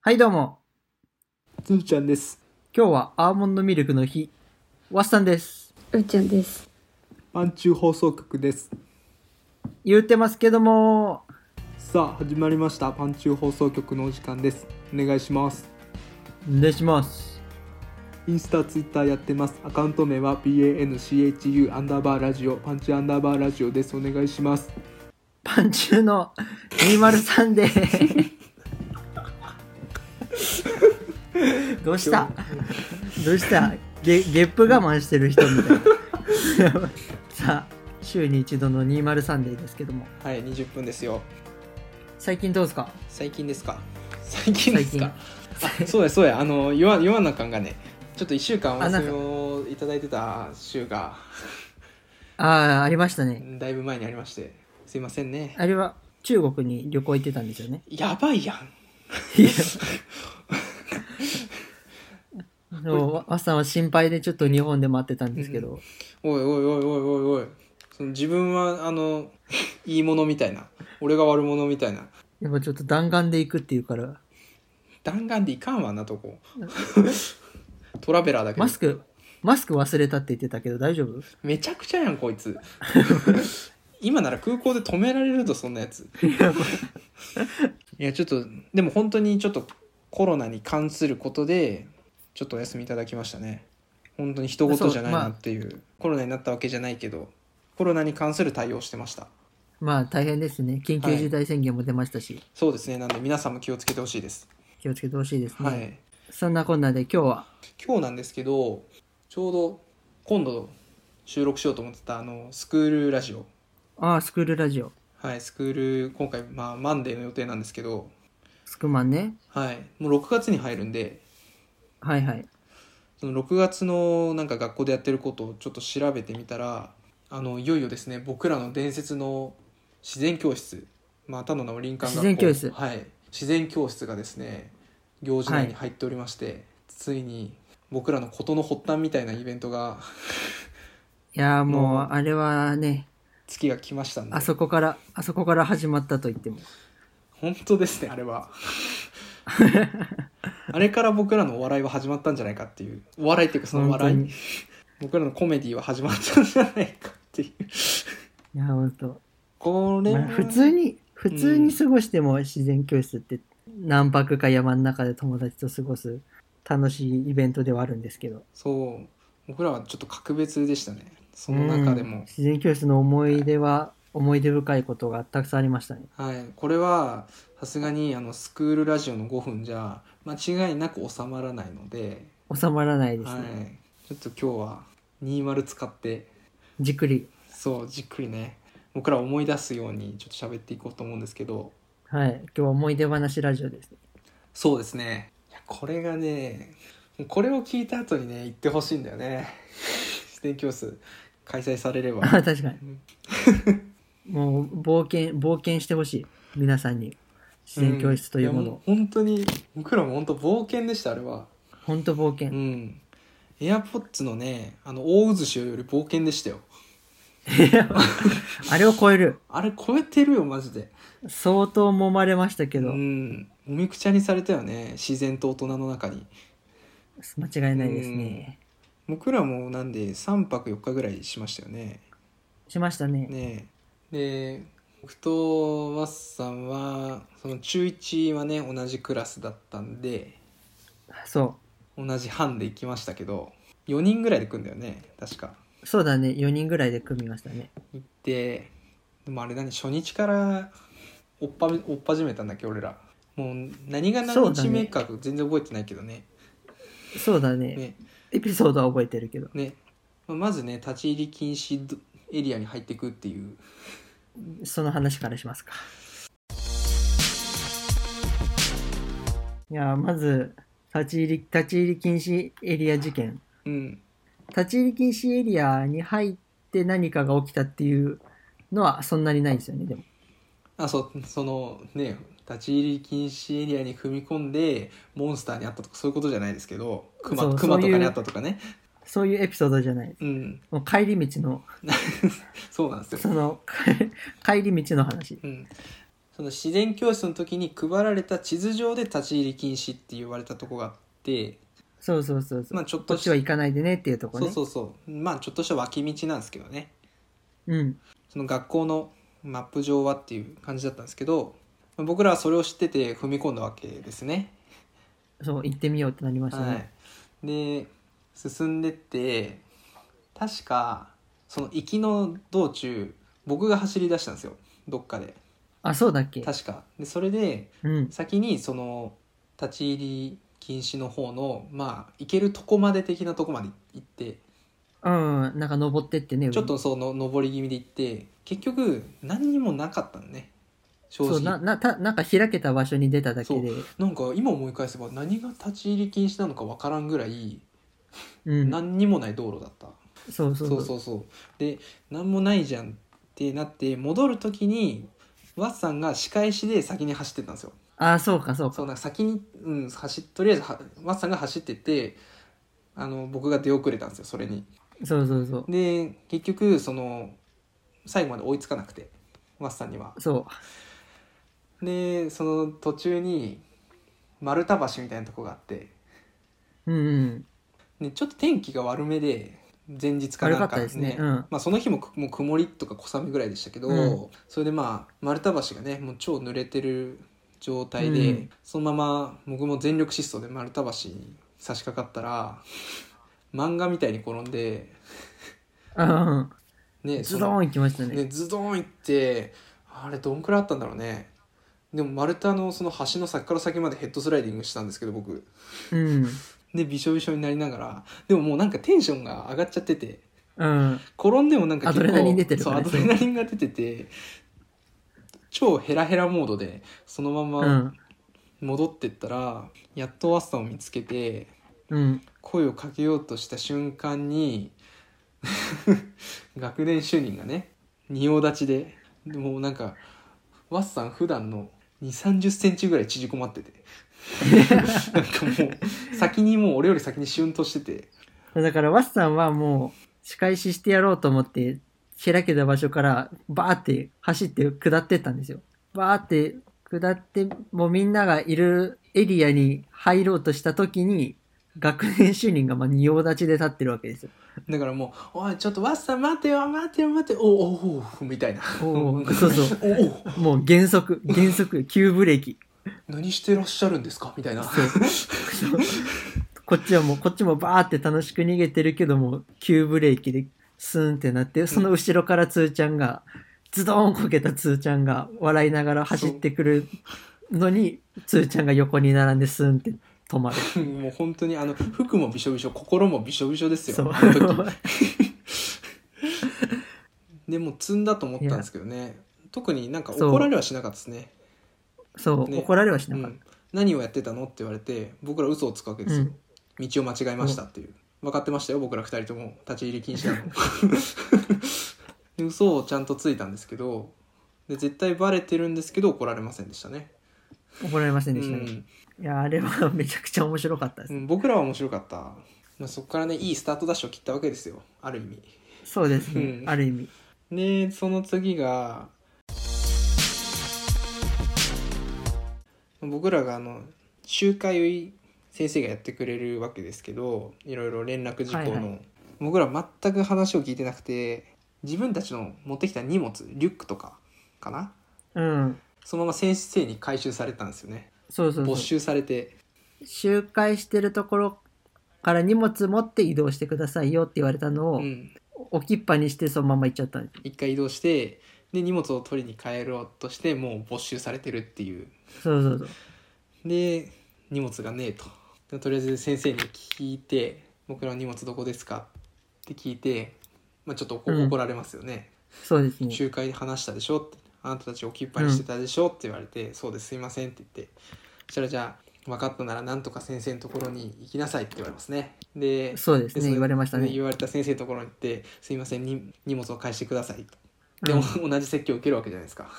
はい、どうも。つーちゃんです。今日はアーモンドミルクの日。ワッサンです。うーちゃんです。パンチュー放送局です。言ってますけども、さあ、始まりました。パンチュー放送局のお時間です。お願いします。お願いします。インスタ、ツイッターやってます。アカウント名は BANCHU アンダーバーラジオ、パンチューアンダーバーラジオです。お願いします。パンチューの203で。どうしたどうしたゲゲップ我慢してる人みたいな。 さあ、週に一度の203デーですけども。はい、20分ですよ。最近どうですか最近ですか最近最近。あそうやそうやあの言わ言わなあかんがねちょっと1週間おあなん休かみをいただいてた週がああ、ありましたね。だいぶ前にありましてすいませんねあれは中国に旅行行ってたんですよね。やばいやんいや。あのわわっさんは心配でちょっと日本で待ってたんですけど、おいおいおいおいおいおいその自分はあのいいものみたいな俺が悪者みたいなやっぱちょっと弾丸で行くっていうから、弾丸でいかんわあんなと こトラベラーだけどマスク、マスク忘れたって言ってたけど大丈夫めちゃくちゃやんこいつ今なら空港で止められるとそんなやついやちょっとでも本当にちょっとコロナに関することでちょっとお休みいただきましたね本当に人事じゃないなっていうコロナになったわけじゃないけどコロナに関する対応をしてましたまあ大変ですね。緊急事態宣言も出ましたし、そうですねなんで皆さんも気をつけてほしいです、気をつけてほしいですね、はいそんなこんなで今日は、今日なんですけどちょうど今度収録しようと思ってたあのスクールラジオああ、スクールラジオ、はい、スクール今回、まあ、マンデーの予定なんですけど、スクマンね。はい、もう6月に入るんではいはい。その6月のなんか学校でやってることをちょっと調べてみたらあのいよいよですね僕らの伝説の自然教室、まあ、田野直林間学校自然教室はい、自然教室がですね行事内に入っておりまして、ついに僕らのことの発端みたいなイベントがいやーももうあれはね、月が来ましたんであそこから、あそこから始まったと言っても。本当ですねあ れはあれから僕らのお笑いは始まったんじゃないかっていうお笑いっていうかその笑本当い僕らのコメディは始まったんじゃないかっていういや、ほんと。これはまあ普通に普通に過ごしても自然教室って何泊か山の中で友達と過ごす楽しいイベントではあるんですけどそう僕らはちょっと格別でしたねその中でうんも、自然教室の思い出は思い出深いことがたくさんありましたねはいこれはさすがにあのスクールラジオの5分じゃ間違いなく収まらないので、収まらないですはね、い、ちょっと今日は20使ってじっくりそうじっくりね僕らを思い出すようにちょっと喋っていこうと思うんですけどはい今日は思い出話ラジオですそうですね。いやこれがね、これを聞いた後にね、行ってほしいんだよね。 自然教室開催さ れれば。あ確かにもう冒険冒険してほしい皆さんに自然教室というものを、んやもう本当に、僕らも本当冒険でした、あれは。ほんと冒険、 うん。エアポッツのね、あの、大渦潮より冒険でしたよ。あれを超えるあれ超えてるよ、マジで。相当揉まれましたけうど、ん。おみくちゃにされたよね、自然と大人の中に。間違いないですね、僕らもなんで3泊4日ぐらいしましたよね。しましたねねえで僕とワッさんはその中1はね同じクラスだったんでそ同じ班で行きましたけど4人ぐらいで来んだよね確かう。そうだね。4人ぐらいで組みましたね。行ってでもあれ何初日から追っぱ追っ始めたんだっけ俺らもう何がそ何うだ日ね目か全然覚えてないけどねそうだね。ねエピソードは覚えてるけど。ねまあまずね立ち入り禁止どエリアに入ってくっていうその話からしますか。いやー、まず、立ち入り、立ち入り禁止エリア事件。うん立ち入り禁止エリアに入って何かが起きたっていうのはそんなにないですよね、でも。あそうそのね立ち入り禁止エリアに踏み込んでモンスターに会ったとかそういうことじゃないですけどクマそうクマとそういかうに会ったとかねそういうエピソードじゃない。うんもう帰り道の、そうなんですそ よ、の、帰り道の話。うん、その自然教室の時に配られた地図上で立ち入り禁止って言われたとこがあって、そうそうそうそう。まあ、ちょっことっしちは行かないでねっていうとこね。そうそうそうまあちょっとした脇道なんですけどねうん。その学校のマップ上はっていう感じだったんですけどまあ僕らはそれを知ってて踏み込んだわけですねそう、行ってみようってなりましたはね。い、で進んでって確かその行きの道中僕が走り出したんですよどっかであ、そうだっけ確かでそれでうん。先にその立ち入り禁止の方のまあ行けるとこまで的なとこまで行ってうん。なんか登ってってね。ちょっとその上り気味で行って結局何にもなかったのね正上に。直そう、な、な、た、なんか開けた場所に出ただけで。うなんか今思い返せば何が立ち入り禁止なのかわからんぐらいん。何にもない道路だったそうそうそそうう。そうそうで何もないじゃんってなって戻る時にワッさんが仕返しで先に走ってったんですよあ、そうかそうそか。うなんか先に、うん、走っとりあえずはワッさんが走ってってあの僕が出遅れたんですよそれにそうそうそう。で結局その最後まで追いつかなくてワッさんにはそう。でその途中に丸太橋みたいなとこがあってうんうん。でちょっと天気が悪めで前日かなん悪かかったですねうんまあ、その日もくもう曇りとか小雨ぐらいでしたけど、うんそれでまあ丸太橋がねもう超濡れてる状態で、うんそのまま僕も全力疾走で丸太橋に差し掛かったら漫画みたいに転んで、あうね、ん。ズドーン行きましたねね。ズドーン行ってあれどんくらいあったんだろうねでも丸太のその橋の先から先までヘッドスライディングしたんですけど僕うん。でびしょびしょになりながらでももうなんかテンションが上がっちゃっててうん。転んでもなんかアドレナリン出てるそからうアねドレナリンが出てて超ヘラヘラモードでそのまうまん。戻ってったら、やっとワッサンを見つけてうん。声をかけようとした瞬間に 学年主任がね仁王立ちでもうなんかワッサン普段の2 3 0センチぐらい縮こ まっててなんかもう先にもう俺より先にシュンとしててだから、ワッさんはもう、仕返ししてやろうと思って、開けた場所から、バーって走って下ってったんですよ。バーって下って、もうみんながいるエリアに入ろうとした時に、学年主任がまあ仁王立ちで立ってるわけですよ。だからもう「おいちょっとワッサン待てよ待てよ待てよおおおお」みたいな「 おーそうそう。 おおもう減速、減速、急ブレーキ。何してらっしゃるんですか?」みたいな こっちはもう、こっちもバーって楽しく逃げてるけども、急ブレーキでスーンってなって、その後ろからつーちゃんが、ズドーンこけたつーちゃんが笑いながら走ってくるのに、つーちゃんが横に並んでスーンって止まる。 もう本当にあの服もびしょびしょ心もびしょびしょですよそうあの時。でもう積んだと思ったんですけどね特になんかそう怒られはしなかったですね、そう、ね怒られはしうなかっん、何をやってたのって言われて僕ら嘘をつくわけですよ、道を間違えましたっていう分かってましたよ僕ら二人とも立ち入り禁止なので 嘘をちゃんとついたんですけどで絶対バレてるんですけど怒られませんでしたねた。怒られませんでしたね。うんいや、あれはめちゃくちゃ面白かったです。うん僕らは面白かった、まあ、そこからねいいスタートダッシュを切ったわけですよある意味そうですね、うんある意味。でその次が僕らがあの集会をい先生がやってくれるわけですけどいろいろ連絡事項の、はいはい僕ら全く話を聞いてなくて自分たちの持ってきた荷物リュックとかかなうん。そのまま先生に回収されたんですよねそうそうそう。没収されて周回してるところから荷物持って移動してくださいよって言われたのを、うん置きっぱにしてそのまま行っちゃったん一回移動してで荷物を取りに帰ろうとしてもう没収されてるっていうそうそうそうで荷物がねえとでとりあえず先生に聞いて「僕らの荷物どこですか?」って聞いて、まあ、ちょっと怒うん怒られますよね、そうですね集会で話したでしょって「あなたたち置きっぱにしてたでしょ?」って言われて「そうですすいません」って言ってそしたらじゃあ分かったならなんとか先生のところに行きなさいって言われますねでそうですでそねの言われましたでね言われた先生のところに行って「すいませんに荷物を返してください」とうんでも、同じ説教を受けるわけじゃないですか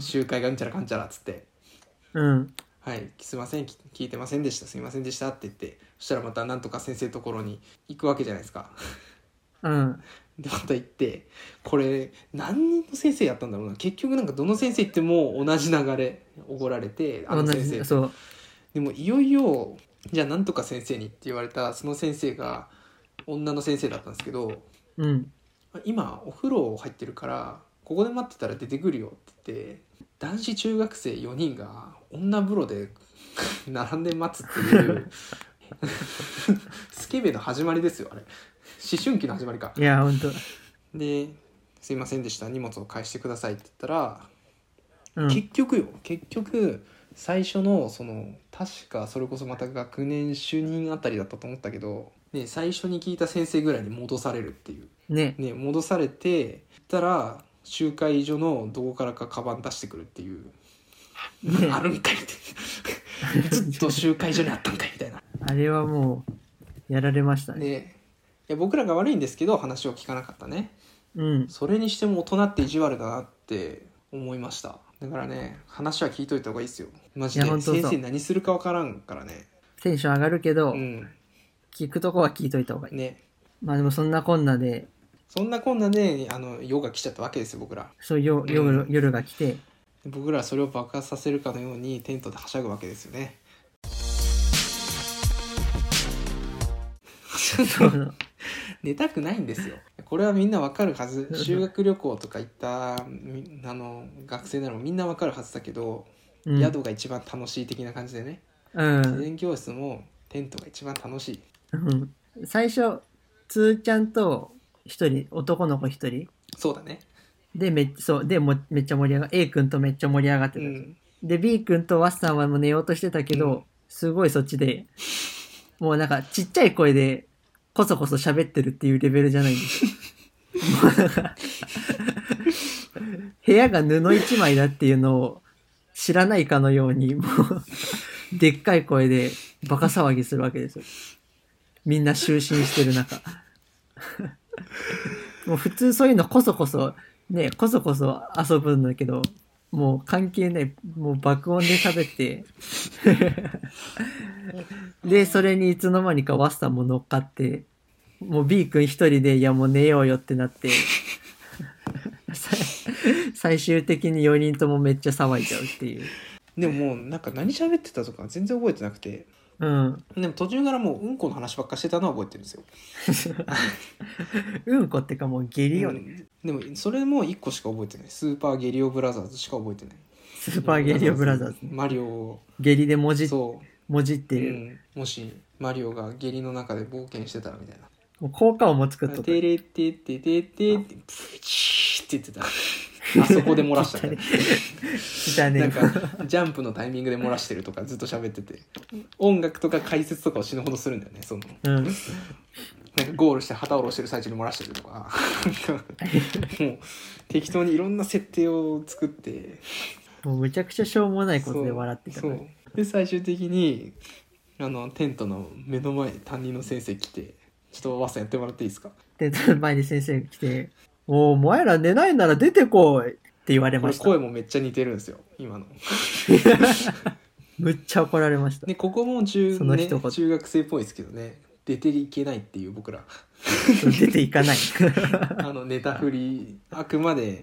集会がうんちゃらかんちゃらっつって うんはい、すいませんき聞いてませんでしたすいませんでしたって言ってそしたらまたなんとか先生のところに行くわけじゃないですかうん でまた行ってこれ何人の先生やったんだろうな結局なんかどの先生行っても同じ流れ怒られてあの同先じ生そうでもいよいよじゃあなんとか先生にって言われたその先生が女の先生だったんですけどうん今お風呂入ってるからここで待ってたら出てくるよって言って男子中学生4人が女風呂で 並んで待つっていう スケベの始まりですよあれ思春期の始まりかいや本で「すいませんでした荷物を返してください」って言ったら、当うん結局よ結局最初のその確かそれこそまた学年主任あたりだったと思ったけど、ね、最初に聞いた先生ぐらいに戻されるっていうねね、戻されてたら集会所のどこからかカバン出してくるっていう「ねあるんかい」って ずっと集会所にあったんかいみたいな。あれはもうやられましたねねいや僕らが悪いんですけど話を聞かなかったねうんそれにしても大人って意地悪だなって思いましただからね話は聞いといた方がいいですよマジいでや本当そう先生何するか分からんからねテンション上がるけど、うん聞くとこは聞いといた方がいいねまあでもそんなこんなでそんなこんなねあの夜が来ちゃったわけですよ僕らそうよ夜,、うん夜が来て僕らはそれを爆発させるかのようにテントではしゃぐわけですよ ねそう寝たくないんですよこれはみんなわかるはず修学旅行とか行ったみあの学生ならみんなわかるはずだけど、 うん宿が一番楽しい的な感じでねうん自然教室もテントが一番楽しいうん最初つーちゃんと一人男の子一人そうだねでめっそうでもめっちゃ盛り上が A 君とめっちゃ盛り上がってうた、んで B 君とワッさんはもう寝ようとしてたけど、うんすごいそっちでもうなんかちっちゃい声でこそこそ喋ってるっていうレベルじゃないんですよもうなんか部屋が布一枚だっていうのを知らないかのようにもうでっかい声でバカ騒ぎするわけですよみんな就寝してる中もう普通そういうのこそこそねこそこそ遊ぶんだけどもう関係ないもう爆音で喋って でそれにいつの間にかワッサンも乗っかってもう B 君一人でいやもう寝ようよってなって 最最終的に4人ともめっちゃ騒いじゃうっていうでももうなんか何喋ってたとか全然覚えてなくてうんでも途中からもううんこの話ばっかしてたのは覚えてるんですようんこってかもう下痢よね、うんでもそれも1個しか覚えてないスーパーゲリオブラザーズしか覚えてないスーパーゲリオブラザーズねマリオ下痢でもじそもじっう、てる、うんもしマリオが下痢の中で冒険してたらみたいなもう効果音も作っ「とったテレテテテテテプチー」って言って たあそこで漏らし汚たねねなんかジャンプのタイミングで漏らしてるとかずっと喋ってて音楽とか解説とかを死ぬほどするんだよねそのうんなんかゴールして旗下ろしてる最中に漏らしてるとか もう適当にいろんな設定を作ってもうむちゃくちゃしょうもないことで笑ってたかそうらそうで最終的にあのテントの目の前担任の先生来てちょっとワッサンやってもらっていいですかで前に先生が来て「おお前ら寝ないなら出てこい!」って言われこまれした声もめっちゃ似てるんですよ今のむっちゃ怒られましたでここも中,、そのね一言、中学生っぽいですけどね出ていけないっていう 僕ら出ていか ないあのネタ振りあくまで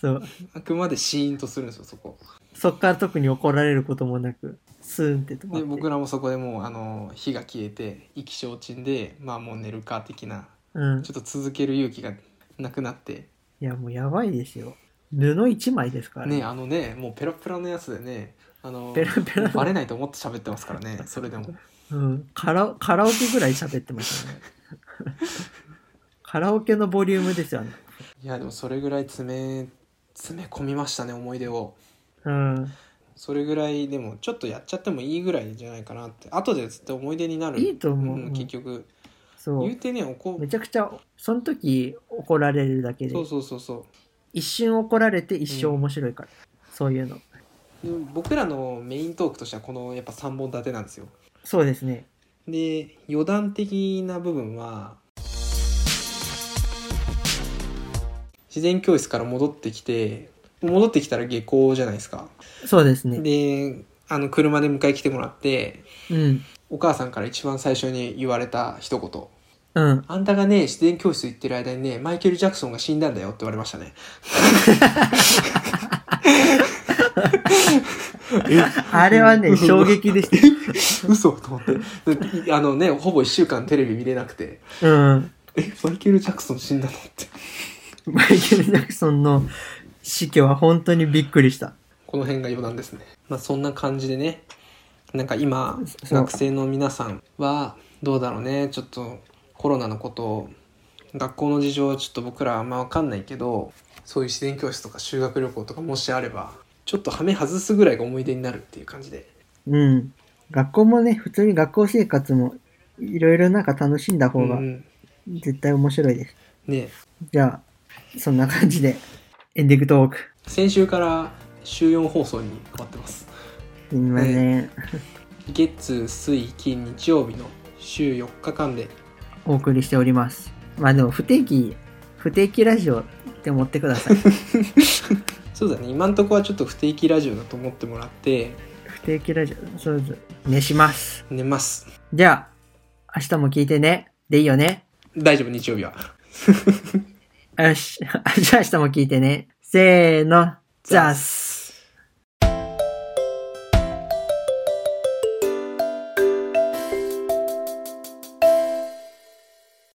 そうあくまでシーンとするんですよそこそっから特に怒られることもなくスーンって止まっでて僕らもそこでもうあの火が消えて意気消沈でまあもう寝るか的なうんちょっと続ける勇気がなくなっていやもうやばいですよ布一枚ですからねあのねもうペラペラのやつでねあのペラペラ バレないと思って喋ってますか らねそれでもうん、カラオカラオケぐらい喋ってましたねカラオケのボリュームですよねいやでもそれぐらい詰め詰め込みましたね思い出をうんそれぐらいでもちょっとやっちゃってもいいぐらいじゃないかなって後でずっと思い出になるいいと思う、ん結局そ言ううてねおこめちゃくちゃその時怒られるだけでそうそうそうそう一瞬怒られて一生面白いから、そういうので僕らのメイントークとしてはこのやっぱ3本立てなんですよそうですねで余談的な部分は自然教室から戻ってきて戻ってきたら下校じゃないですかそうですねであの車で迎え来てもらってうんお母さんから一番最初に言われた一言うん。あんたがね、自然教室行ってる間にね、マイケル・ジャクソンが死んだんだよって言われました ね。あれはね、衝撃でし嘘と思って。 であのね、ほぼ1週間テレビ見れなくて、た。うん。え、マイケル・ジャクソン死んだのって。 マイケル・ジャクソンの死去は本当にびっくりした。この辺が余談ですね。まあそんな感じでね、なんか今、そう学生の皆さんはどうだろうね、ちょっとコロナのことを、学校の事情はちょっと僕らあんまわかんないけど、そういう自然教室とか修学旅行とかもしあれば、ちょっとハメ外すぐらいが思い出になるっていう感じで。うん。学校もね、普通に学校生活もいろいろなんか楽しんだ方がうん絶対面白いです。ねじゃあ、そんな感じでエンディングトーク。先週から週4放送に変わってます。すみません。月、水、金、日曜日の週4日間で、お送りしております。まあでも不定期、不定期ラジオって思ってください。そうだね、今んとこはちょっと不定期ラジオだと思ってもらって、不定期ラジオ、そうです。寝します。寝ます。じゃあ、明日も聞いてね。でいいよね。大丈夫日曜日は よし。じゃあ明日も聞いてね。せーの。ザッス